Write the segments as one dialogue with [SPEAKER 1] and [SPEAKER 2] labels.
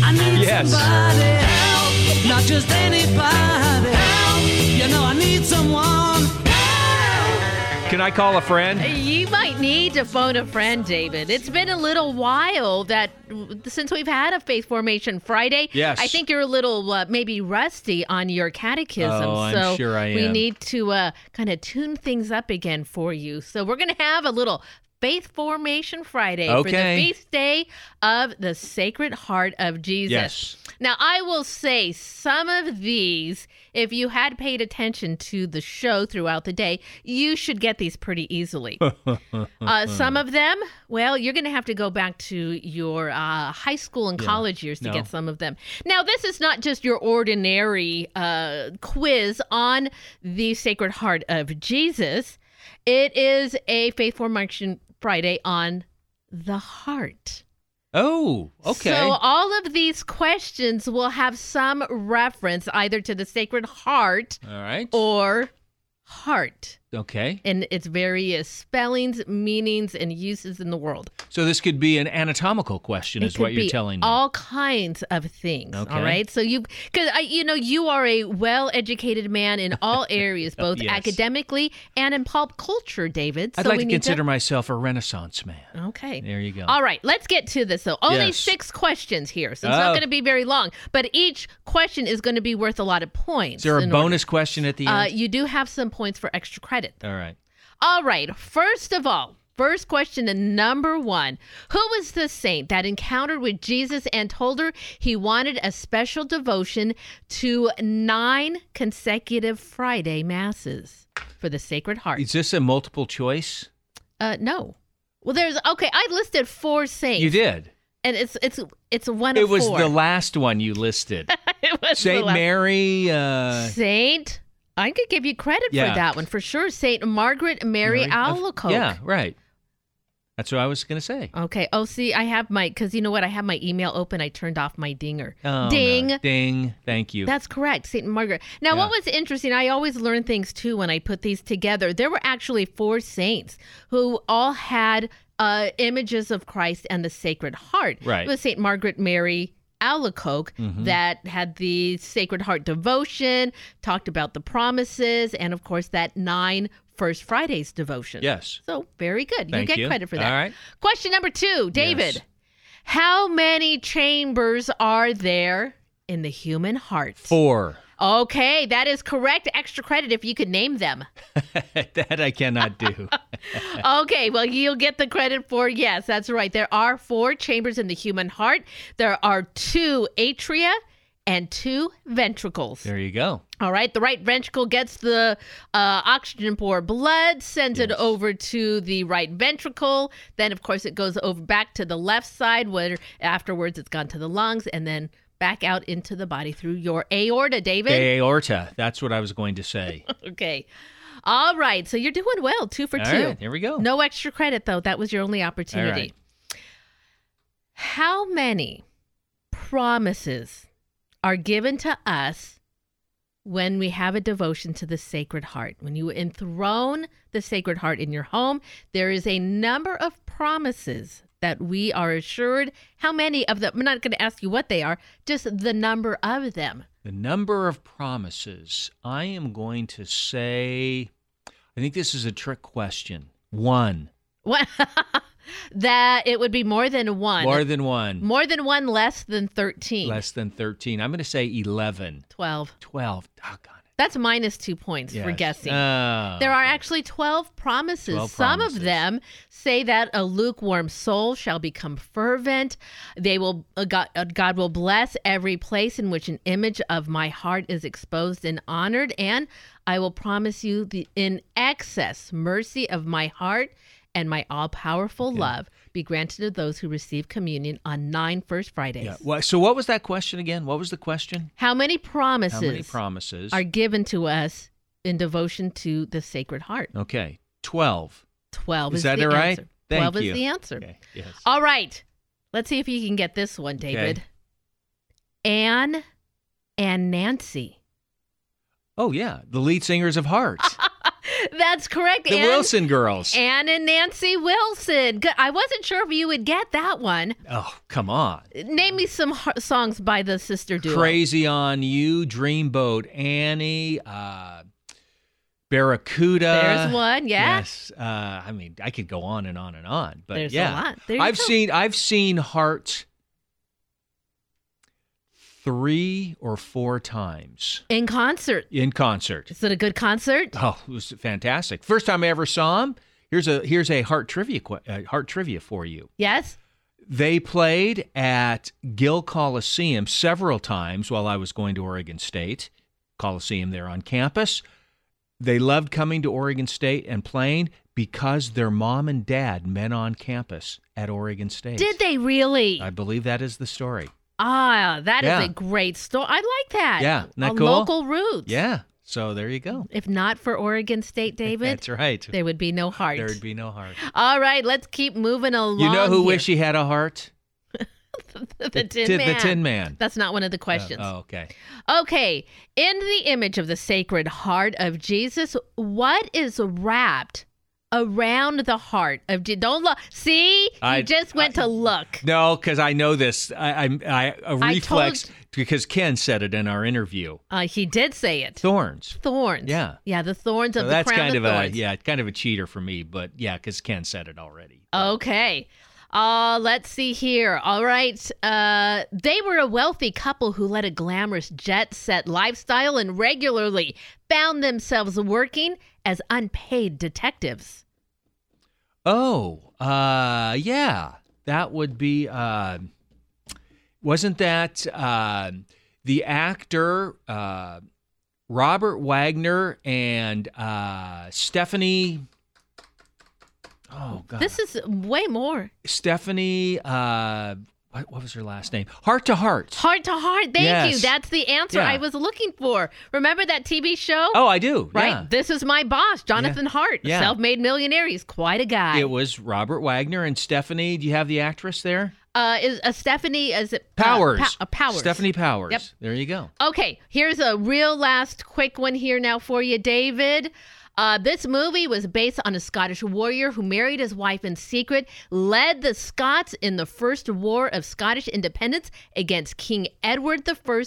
[SPEAKER 1] I need
[SPEAKER 2] Yes.
[SPEAKER 1] somebody help, not just anybody help. You know I need someone help.
[SPEAKER 2] Can I call a friend?
[SPEAKER 3] You might need to phone a friend, David. It's been a little while that since we've had a faith formation Friday.
[SPEAKER 2] Yes.
[SPEAKER 3] I think you're a little uh, maybe rusty on your catechism.
[SPEAKER 2] Oh, I'm
[SPEAKER 3] so
[SPEAKER 2] sure I
[SPEAKER 3] we
[SPEAKER 2] am.
[SPEAKER 3] need to uh, kind of tune things up again for you. So we're going to have a little faith formation Friday for the
[SPEAKER 2] Okay.
[SPEAKER 3] feast day of the Sacred Heart of Jesus.
[SPEAKER 2] Yes.
[SPEAKER 3] Now, I will say some of these, if you had paid attention to the show throughout the day, you should get these pretty easily. uh, some of them, well, you're going to have to go back to your uh, high school and college years to
[SPEAKER 2] No.
[SPEAKER 3] get some of them. Now, this is not just your ordinary uh, quiz on the Sacred Heart of Jesus, it is a Faith Formation Friday on the heart.
[SPEAKER 2] Oh, okay.
[SPEAKER 3] So all of these questions will have some reference either to the Sacred Heart
[SPEAKER 2] All right.
[SPEAKER 3] or heart
[SPEAKER 2] Okay.
[SPEAKER 3] in its various spellings, meanings, and uses in the world.
[SPEAKER 2] So this could be an anatomical question,
[SPEAKER 3] It
[SPEAKER 2] is what
[SPEAKER 3] could
[SPEAKER 2] you're
[SPEAKER 3] be
[SPEAKER 2] telling me.
[SPEAKER 3] All kinds of things.
[SPEAKER 2] Okay.
[SPEAKER 3] All right. So you, because I, you know, you are a well-educated man in all areas, both
[SPEAKER 2] Yes.
[SPEAKER 3] academically and in pop culture, David.
[SPEAKER 2] I'd
[SPEAKER 3] so
[SPEAKER 2] like
[SPEAKER 3] we
[SPEAKER 2] to
[SPEAKER 3] need
[SPEAKER 2] consider myself a Renaissance man.
[SPEAKER 3] Okay.
[SPEAKER 2] There you go.
[SPEAKER 3] All right, let's get to this though. Only
[SPEAKER 2] Yes.
[SPEAKER 3] six questions here, so it's not
[SPEAKER 2] Oh.
[SPEAKER 3] going to be very long. But each question is going to be worth a lot of points.
[SPEAKER 2] Is there a
[SPEAKER 3] in order-
[SPEAKER 2] bonus question at the
[SPEAKER 3] Uh,
[SPEAKER 2] end?
[SPEAKER 3] you do have some points for extra credit.
[SPEAKER 2] All right.
[SPEAKER 3] All right. First of all, first question and number one Who was the saint that encountered with Jesus and told her he wanted a special devotion to nine consecutive Friday masses for the Sacred Heart?
[SPEAKER 2] Is this a multiple choice?
[SPEAKER 3] Uh, no. Well, there's okay. I listed four saints.
[SPEAKER 2] You did.
[SPEAKER 3] and it's it's it's one
[SPEAKER 2] It
[SPEAKER 3] of
[SPEAKER 2] was
[SPEAKER 3] four.
[SPEAKER 2] the last one you listed.
[SPEAKER 3] it was the
[SPEAKER 2] St.
[SPEAKER 3] last-
[SPEAKER 2] Mary. Uh,
[SPEAKER 3] Saint. I could give you credit
[SPEAKER 2] Yeah.
[SPEAKER 3] for that one for sure. Saint Margaret Mary,
[SPEAKER 2] Mary of-
[SPEAKER 3] Alacoque.
[SPEAKER 2] Yeah, right. That's what I was going to say.
[SPEAKER 3] Okay. Oh, see, I have my because you know what? I have my email open. I turned off my dinger.
[SPEAKER 2] Oh, no.
[SPEAKER 3] Ding.
[SPEAKER 2] Ding. Thank you.
[SPEAKER 3] That's correct, Saint Margaret. Now, what
[SPEAKER 2] Yeah.
[SPEAKER 3] was interesting? I always learn things too when I put these together. There were actually four saints who all had uh, images of Christ and the Sacred Heart.
[SPEAKER 2] Right. Mm-hmm.
[SPEAKER 3] It was Saint Margaret Mary. Alacoque that had the Sacred Heart devotion, talked about the promises, and of course that nine First Fridays devotion.
[SPEAKER 2] yes.
[SPEAKER 3] So very good.
[SPEAKER 2] Thank
[SPEAKER 3] you get
[SPEAKER 2] you.
[SPEAKER 3] credit for that.
[SPEAKER 2] All right.
[SPEAKER 3] Question number two, David.
[SPEAKER 2] Yes.
[SPEAKER 3] How many chambers are there in the human heart?
[SPEAKER 2] Four.
[SPEAKER 3] Okay, that is correct. Extra credit if you could name them.
[SPEAKER 2] that I cannot do.
[SPEAKER 3] okay, well, you'll get the credit for yes, that's right. There are four chambers in the human heart. There are two atria and two ventricles.
[SPEAKER 2] there you go.
[SPEAKER 3] All right, the right ventricle gets the uh, oxygen for blood, sends it
[SPEAKER 2] Yes.
[SPEAKER 3] over to the right ventricle. Then, of course, it goes over back to the left side, where afterwards it's gone to the lungs, and then back out into the body through your aorta, David.
[SPEAKER 2] The aorta. That's what I was going to say.
[SPEAKER 3] Okay. All right, so you're doing well, two for
[SPEAKER 2] All
[SPEAKER 3] two.
[SPEAKER 2] right. Here we go.
[SPEAKER 3] No extra credit, though. That was your only opportunity.
[SPEAKER 2] right.
[SPEAKER 3] How many promises are given to us when we have a devotion to the Sacred Heart? When you enthrone the Sacred Heart in your home, there is a number of promises that we are assured. How many of them? I'm not going to ask you what they are, just the number of them.
[SPEAKER 2] The number of promises. I am going to say, I think this is a trick question. One.
[SPEAKER 3] What? that it would be more than one.
[SPEAKER 2] More than one.
[SPEAKER 3] More than one, less than 13.
[SPEAKER 2] Less than 13. I'm going to say 11.
[SPEAKER 3] 12.
[SPEAKER 2] 12. Doggone it.
[SPEAKER 3] That's minus two points for
[SPEAKER 2] Yes.
[SPEAKER 3] guessing.
[SPEAKER 2] Oh,
[SPEAKER 3] there are
[SPEAKER 2] okay.
[SPEAKER 3] actually 12 promises.
[SPEAKER 2] 12
[SPEAKER 3] Some
[SPEAKER 2] promises.
[SPEAKER 3] of them say that a lukewarm soul shall become fervent. They will uh, God, uh, God will bless every place in which an image of my heart is exposed and honored and I will promise you the in excess mercy of my heart and my all-powerful love be granted to those who receive communion on 9 first Fridays.
[SPEAKER 2] Yeah. Wha- So what was that question again? What was the question?
[SPEAKER 3] How many promises?
[SPEAKER 2] How many promises?
[SPEAKER 3] are given to us in devotion to the Sacred Heart.
[SPEAKER 2] okay. 12.
[SPEAKER 3] 12 is,
[SPEAKER 2] Is that
[SPEAKER 3] the
[SPEAKER 2] all right?
[SPEAKER 3] answer.
[SPEAKER 2] Thank
[SPEAKER 3] 12
[SPEAKER 2] you.
[SPEAKER 3] is the answer.
[SPEAKER 2] Okay. Yes.
[SPEAKER 3] All right. Let's see if you can get this one, David. Anne and Nancy.
[SPEAKER 2] Oh yeah, the lead singers of Heart.
[SPEAKER 3] That's correct.
[SPEAKER 2] The
[SPEAKER 3] and,
[SPEAKER 2] Wilson girls.
[SPEAKER 3] Anne and Nancy Wilson. Good. I wasn't sure if you would get that one.
[SPEAKER 2] oh, come on.
[SPEAKER 3] Name me some har- songs by the sister duo.
[SPEAKER 2] Crazy on You, Dreamboat, Annie, uh, Barracuda.
[SPEAKER 3] There's one, yeah.
[SPEAKER 2] uh, Yes. Uh, I mean, I could go on and on and on, but
[SPEAKER 3] There's a
[SPEAKER 2] yeah,
[SPEAKER 3] lot. There you
[SPEAKER 2] I've
[SPEAKER 3] go.
[SPEAKER 2] seen I've seen Heart three or four times
[SPEAKER 3] In concert.
[SPEAKER 2] in concert.
[SPEAKER 3] Is it a good concert?
[SPEAKER 2] Oh, it was fantastic! First time I ever saw him. Here's a here's a Heart trivia que- uh, Heart trivia for you.
[SPEAKER 3] Yes.
[SPEAKER 2] They played at Gill Coliseum several times while I was going to Oregon State Coliseum there on campus. They loved coming to Oregon State and playing because their mom and dad met on campus at Oregon State.
[SPEAKER 3] Did they really?
[SPEAKER 2] I believe that is the story.
[SPEAKER 3] ah, that is
[SPEAKER 2] Yeah.
[SPEAKER 3] a great story. I like that.
[SPEAKER 2] Yeah, isn't that
[SPEAKER 3] a
[SPEAKER 2] cool?
[SPEAKER 3] local roots.
[SPEAKER 2] Yeah. So there you go.
[SPEAKER 3] If not for Oregon State, David,
[SPEAKER 2] That's right.
[SPEAKER 3] there would be no heart.
[SPEAKER 2] There would be no heart.
[SPEAKER 3] All right, let's keep moving along.
[SPEAKER 2] you know who
[SPEAKER 3] here.
[SPEAKER 2] wish he had a heart?
[SPEAKER 3] the, Tin
[SPEAKER 2] Ti-
[SPEAKER 3] Man.
[SPEAKER 2] The Tin Man.
[SPEAKER 3] That's not one of the questions.
[SPEAKER 2] Uh, oh, okay.
[SPEAKER 3] Okay, in the image of the sacred heart of Jesus, what is wrapped around the heart of Jesus? Don't look. See, you
[SPEAKER 2] I-
[SPEAKER 3] just went to look.
[SPEAKER 2] No, because I know this. I, I, I a
[SPEAKER 3] I
[SPEAKER 2] reflex
[SPEAKER 3] told-
[SPEAKER 2] because Ken said it in our interview.
[SPEAKER 3] Uh, he did say it.
[SPEAKER 2] Thorns.
[SPEAKER 3] Thorns.
[SPEAKER 2] Yeah.
[SPEAKER 3] Yeah, the thorns
[SPEAKER 2] So
[SPEAKER 3] of the
[SPEAKER 2] that's
[SPEAKER 3] crown
[SPEAKER 2] kind
[SPEAKER 3] of
[SPEAKER 2] of
[SPEAKER 3] thorns.
[SPEAKER 2] a yeah, kind of a cheater for me, but yeah, because Ken said it already.
[SPEAKER 3] Oh. Okay. Uh, let's see here. All right. Uh, they were a wealthy couple who led a glamorous jet set lifestyle and regularly found themselves working as unpaid detectives.
[SPEAKER 2] Oh, uh, yeah, that would be. Uh, wasn't that uh, the actor uh, Robert Wagner and uh, Stephanie? Oh God,
[SPEAKER 3] This is way more.
[SPEAKER 2] Stephanie. Uh, what, what was her last name? Heart to Heart.
[SPEAKER 3] Heart to heart. Thank you.
[SPEAKER 2] Yes.
[SPEAKER 3] That's the answer
[SPEAKER 2] Yeah.
[SPEAKER 3] I was looking for. Remember that TV show?
[SPEAKER 2] Oh, I do.
[SPEAKER 3] right.
[SPEAKER 2] yeah.
[SPEAKER 3] This is my boss, Jonathan Hart,
[SPEAKER 2] Yeah.
[SPEAKER 3] self made millionaire. He's quite a guy.
[SPEAKER 2] It was Robert Wagner and Stephanie. Do you have the actress there?
[SPEAKER 3] uh, is uh, Stephanie, is it uh,
[SPEAKER 2] Powers.
[SPEAKER 3] Pa- uh, Powers.
[SPEAKER 2] Stephanie Powers.
[SPEAKER 3] Yep.
[SPEAKER 2] There you go.
[SPEAKER 3] Okay, here's a real last quick one here now for you, David. Uh, this movie was based on a Scottish warrior who married his wife in secret, led the Scots in the First War of Scottish Independence against King Edward I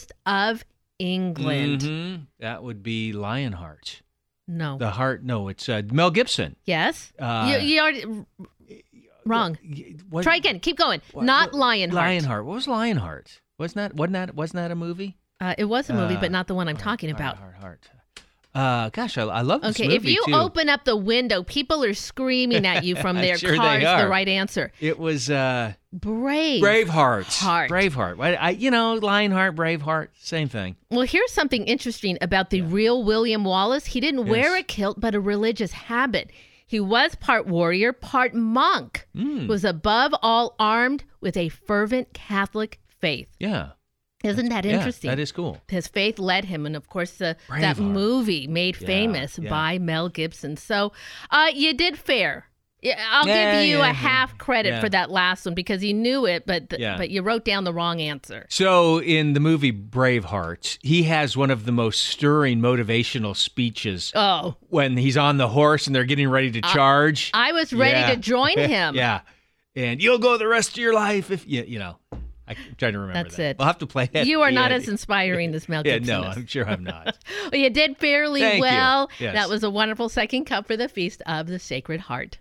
[SPEAKER 3] of England.
[SPEAKER 2] Mhm. That would be Lionheart.
[SPEAKER 3] No.
[SPEAKER 2] Mm-hmm. The heart. No, it's uh, Mel Gibson.
[SPEAKER 3] yes?
[SPEAKER 2] Uh,
[SPEAKER 3] you, you already. Wrong.
[SPEAKER 2] Y- what-
[SPEAKER 3] Try again. Keep going.
[SPEAKER 2] what-
[SPEAKER 3] not
[SPEAKER 2] what-
[SPEAKER 3] Lionheart.
[SPEAKER 2] Lionheart. What was Lionheart? Wasn't that wasn't that wasn't that a movie?
[SPEAKER 3] Uh, it was a movie,
[SPEAKER 2] Uh,
[SPEAKER 3] but not the one I'm talking
[SPEAKER 2] Heart,
[SPEAKER 3] about.
[SPEAKER 2] Heart, heart. Uh, gosh, I, I love this
[SPEAKER 3] Okay,
[SPEAKER 2] movie
[SPEAKER 3] if you
[SPEAKER 2] too.
[SPEAKER 3] open up the window, people are screaming at you from their
[SPEAKER 2] Sure they
[SPEAKER 3] cars. The
[SPEAKER 2] are.
[SPEAKER 3] right answer.
[SPEAKER 2] it was uh,
[SPEAKER 3] Brave.
[SPEAKER 2] Braveheart.
[SPEAKER 3] Heart.
[SPEAKER 2] Braveheart. Why- I, you know, Lionheart, Braveheart, same thing.
[SPEAKER 3] Well, here's something interesting about the real William Wallace. He didn't wear a
[SPEAKER 2] Yes.
[SPEAKER 3] kilt, but a religious habit. He was part warrior, part monk.
[SPEAKER 2] Hmm.
[SPEAKER 3] Was above all armed with a fervent Catholic faith.
[SPEAKER 2] Yeah.
[SPEAKER 3] Isn't that
[SPEAKER 2] Yeah,
[SPEAKER 3] interesting?
[SPEAKER 2] that is cool.
[SPEAKER 3] His faith led him, and of course, the, that
[SPEAKER 2] Braveheart.
[SPEAKER 3] movie made famous
[SPEAKER 2] yeah.
[SPEAKER 3] by Mel Gibson. So, uh, you did fair. Yeah, I'll
[SPEAKER 2] Yeah,
[SPEAKER 3] give you
[SPEAKER 2] yeah,
[SPEAKER 3] a
[SPEAKER 2] yeah.
[SPEAKER 3] half credit
[SPEAKER 2] Yeah.
[SPEAKER 3] for that last one because you knew it, but th-
[SPEAKER 2] Yeah.
[SPEAKER 3] but you wrote down the wrong answer.
[SPEAKER 2] So, in the movie Braveheart, he has one of the most stirring motivational speeches
[SPEAKER 3] Oh,
[SPEAKER 2] when he's on the horse and they're getting ready to charge.
[SPEAKER 3] I was ready
[SPEAKER 2] Yeah.
[SPEAKER 3] to join him.
[SPEAKER 2] yeah. And you'll go the rest of your life if you, you know. I'm trying to remember
[SPEAKER 3] That's
[SPEAKER 2] that.
[SPEAKER 3] it.
[SPEAKER 2] We'll have to play it.
[SPEAKER 3] You are
[SPEAKER 2] Yeah.
[SPEAKER 3] not as inspiring as Mel
[SPEAKER 2] Yeah,
[SPEAKER 3] Gibson.
[SPEAKER 2] no,
[SPEAKER 3] is.
[SPEAKER 2] I'm sure I'm not.
[SPEAKER 3] Well, you did fairly
[SPEAKER 2] Thank you.
[SPEAKER 3] well.
[SPEAKER 2] Yes.
[SPEAKER 3] That was a wonderful second cup for the Feast of the Sacred Heart.